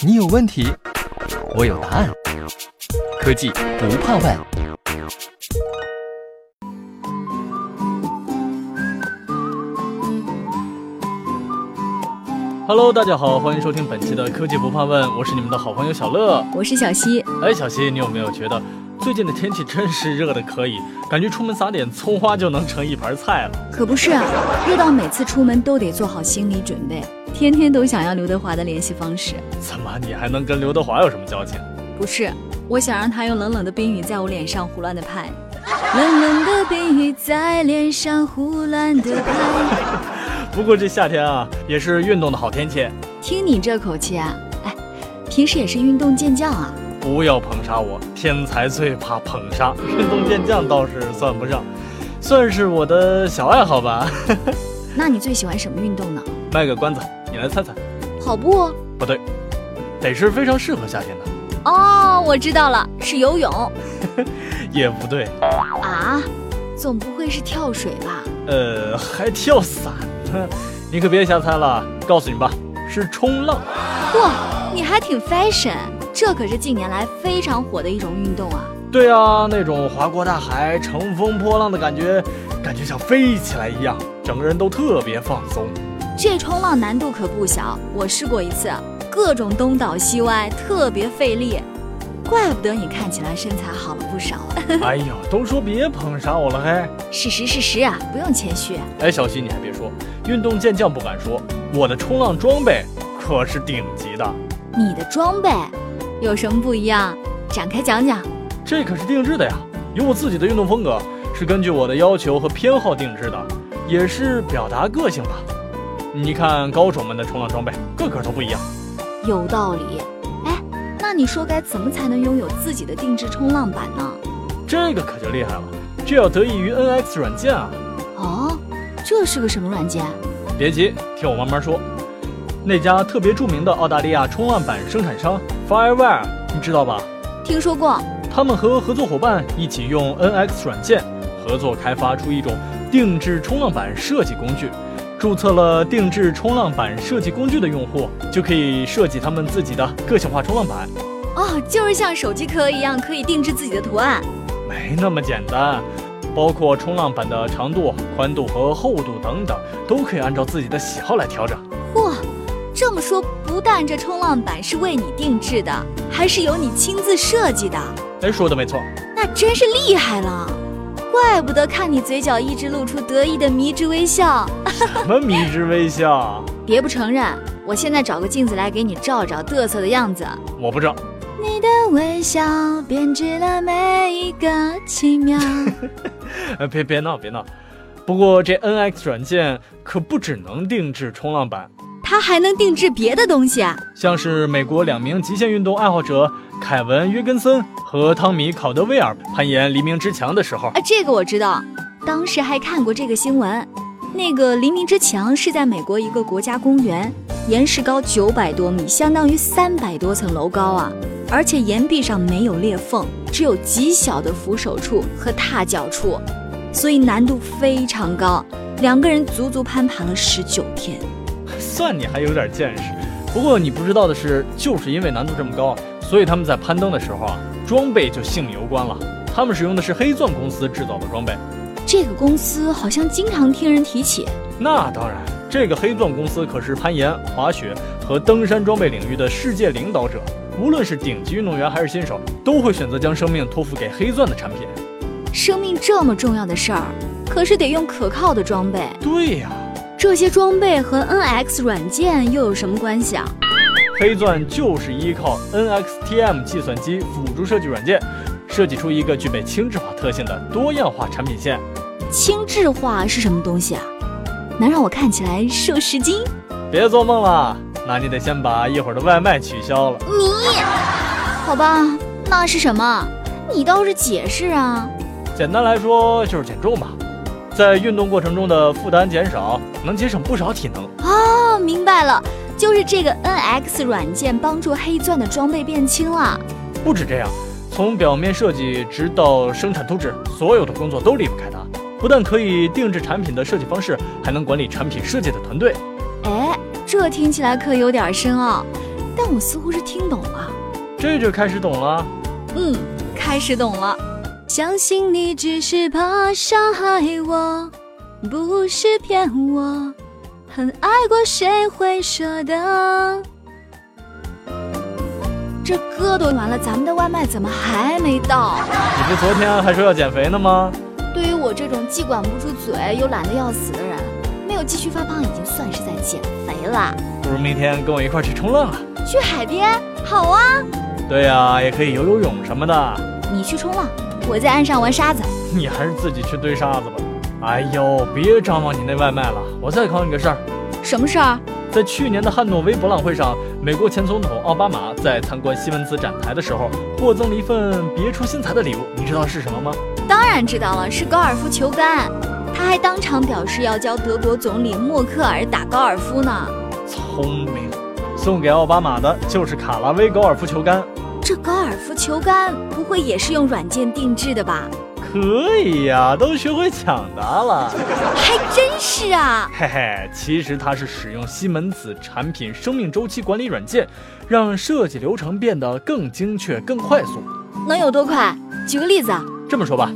你有问题，我有答案。科技不怕问。 Hello，大家好，欢迎收听本期的科技不怕问，我是你们的好朋友小乐。我是小溪，哎，小溪，你有没有觉得最近的天气真是热的可以，感觉出门撒点葱花就能盛一盘菜了。可不是啊，热到每次出门都得做好心理准备，天天都想要刘德华的联系方式。怎么，你还能跟刘德华有什么交情？不是，我想让他用冷冷的冰雨在我脸上胡乱的拍，冷冷的冰雨在脸上胡乱的拍。不过这夏天啊，也是运动的好天气，听你这口气啊，哎，平时也是运动健将啊。不要捧杀我，天才最怕捧杀，运动健将倒是算不上，算是我的小爱好吧。那你最喜欢什么运动呢？卖个关子，你来猜猜，跑步？啊不对，得是非常适合夏天的，哦，我知道了，是游泳也不对，啊。总不会是跳水吧？呃，还跳伞呢， 你可别瞎猜了，告诉你吧，是冲浪。哇，你还挺 fashion，这可是近年来非常火的一种运动啊。对啊，那种划过大海、乘风破浪的感觉，感觉像飞起来一样，整个人都特别放松。这冲浪难度可不小，我试过一次，各种东倒西歪，特别费力。怪不得你看起来身材好了不少 啊！哎呦，都说别捧杀我了嘿！事实事实啊，不用谦虚。哎，小溪你还别说，运动健将不敢说，我的冲浪装备可是顶级的，你的装备有什么不一样？展开讲讲。这可是定制的呀，有我自己的运动风格，是根据我的要求和偏好定制的，也是表达个性吧。你看高手们的冲浪装备，个个都不一样。有道理。哎，那你说该怎么才能拥有自己的定制冲浪板呢？这个可就厉害了，这要得益于 NX 软件啊。哦，这是个什么软件？啊别急，听我慢慢说。那家特别著名的澳大利亚冲浪板生产商 Firewire，你知道吧？听说过。他们和合作伙伴一起用 NX 软件合作开发出一种定制冲浪板设计工具。注册了定制冲浪板设计工具的用户，就可以设计他们自己的个性化冲浪板。哦，就是像手机壳一样，可以定制自己的图案。没那么简单，包括冲浪板的长度、宽度和厚度等等，都可以按照自己的喜好来调整。嚯，这么说，不但这冲浪板是为你定制的，还是由你亲自设计的，哎，说的没错。那真是厉害了！怪不得看你嘴角一直露出得意的迷之微笑。什么迷之微笑？别不承认，我现在找个镜子来给你照照嘚瑟的样子。我不知道。你的微笑编织了每一个奇 妙。呃，别别闹，别闹。不过这 NX 软件可不只能定制冲浪板，它还能定制别的东西啊！像是美国两名极限运动爱好者凯文·约根森和汤米·考德威尔攀岩黎明之墙的时候，啊，这个我知道，当时还看过这个新闻。那个黎明之墙是在美国一个国家公园，岩石高九百多米，相当于三百多层楼高啊！而且岩壁上没有裂缝，只有极小的扶手处和踏脚处，所以难度非常高。两个人足足攀爬了十九天。算你还有点见识。不过你不知道的是，就是因为难度这么高，所以他们在攀登的时候啊，装备就性命攸关了。他们使用的是黑钻公司制造的装备。这个公司好像经常听人提起。那当然，这个黑钻公司可是攀岩、滑雪和登山装备领域的世界领导者。无论是顶级运动员还是新手，都会选择将生命托付给黑钻的产品。生命这么重要的事儿，可是得用可靠的装备。对呀、这些装备和 NX 软件又有什么关系啊？黑钻就是依靠 NXTM 计算机辅助设计软件，设计出一个具备轻质化特性的多样化产品线。轻质化是什么东西啊？能让我看起来瘦十斤？别做梦了，那你得先把一会儿的外卖取消了。你，好吧，那是什么？你倒是解释啊！简单来说就是减重吧，在运动过程中的负担减少，能节省不少体能。哦，明白了，就是这个 NX 软件帮助黑钻的装备变轻了。不止这样，从表面设计直到生产图纸，所有的工作都离不开它。不但可以定制产品的设计方式，还能管理产品设计的团队。哎，这听起来可有点深奥，但我似乎是听懂了。这就开始懂了。嗯，开始懂了。相信你只是怕伤害我，不是骗我。很爱过，谁会舍得？这歌都完了，咱们的外卖怎么还没到？你不昨天还说要减肥呢吗？对于我这种既管不住嘴又懒得要死的人，没有继续发胖已经算是在减肥了。不如明天跟我一块儿去冲浪啊！去海边，好啊！对呀、也可以游游泳什么的。 你去冲浪，我在岸上玩沙子。你还是自己去堆沙子吧。哎呦，别张望你那外卖了。我再考你个事儿，什么事儿？在去年的汉诺威博览会上，美国前总统奥巴马在参观西门子展台的时候，获赠了一份别出心裁的礼物。你知道是什么吗？当然知道了，是高尔夫球杆。他还当场表示要教德国总理默克尔打高尔夫呢。聪明。送给奥巴马的就是卡拉威高尔夫球杆。这高尔夫球杆不会也是用软件定制的吧？可以呀、都学会抢答了。还真是啊！嘿嘿，其实它是使用西门子产品生命周期管理软件，让设计流程变得更精确、更快速。能有多快？举个例子啊，这么说吧，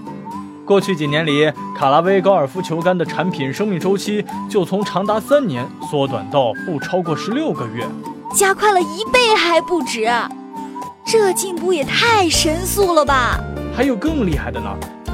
过去几年里，卡拉威高尔夫球杆的产品生命周期就从长达三年缩短到不超过十六个月。加快了一倍还不止，这进步也太神速了吧！还有更厉害的呢，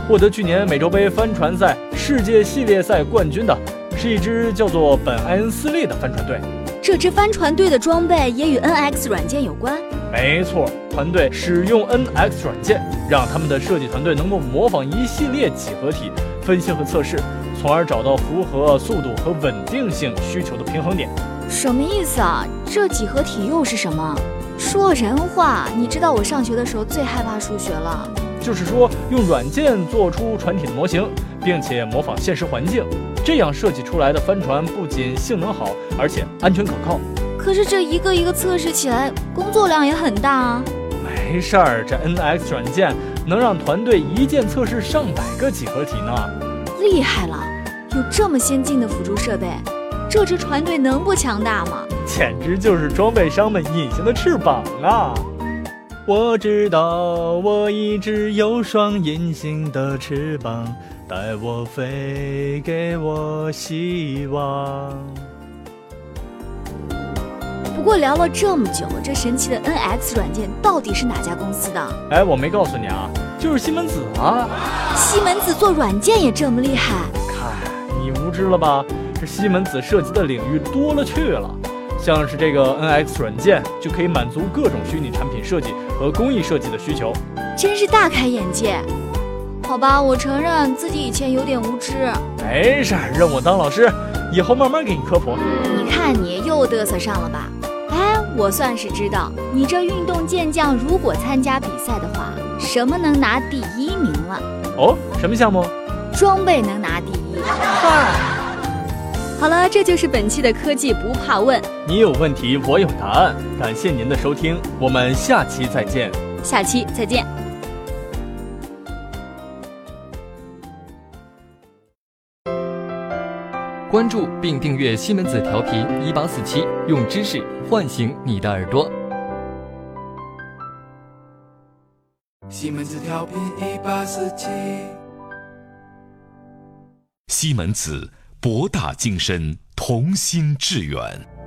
获得去年美洲杯帆船赛世界系列赛冠军的，是一支叫做本·埃恩斯利的帆船队。这支帆船队的装备也与 NX 软件有关。没错，团队使用 NX 软件，让他们的设计团队能够模仿一系列几何体分析和测试，从而找到符合速度和稳定性需求的平衡点。什么意思啊？这几何体又是什么？说人话，你知道我上学的时候最害怕数学了。就是说，用软件做出船体的模型，并且模仿现实环境，这样设计出来的帆船不仅性能好，而且安全可靠。可是这一个一个测试起来，工作量也很大啊。没事儿，这 NX 软件能让团队一键测试上百个几何体呢。厉害了，有这么先进的辅助设备，这支船队能不强大吗？简直就是装备商们隐形的翅膀啊！我知道我一直有双隐形的翅膀，带我飞，给我希望。不过聊了这么久，这神奇的 NX 软件到底是哪家公司的？哎，我没告诉你啊，就是西门子啊！西门子做软件也这么厉害？看，你无知了吧？这西门子涉及的领域多了去了，像是这个 NX 软件就可以满足各种虚拟产品设计和工艺设计的需求。真是大开眼界。好吧，我承认自己以前有点无知。没事儿，哎让我当老师，以后慢慢给你科普。你看你又嘚瑟上了吧？哎，我算是知道，你这运动健将如果参加比赛的话，什么能拿第一名了？哦，什么项目？装备能拿第一。好了，这就是本期的科技不怕问，你有问题，我有答案。感谢您的收听，我们下期再见。下期再见。关注并订阅西门子调频一八四七，用知识唤醒你的耳朵。西门子调频一八四七。西门子，博大精深，同心致远。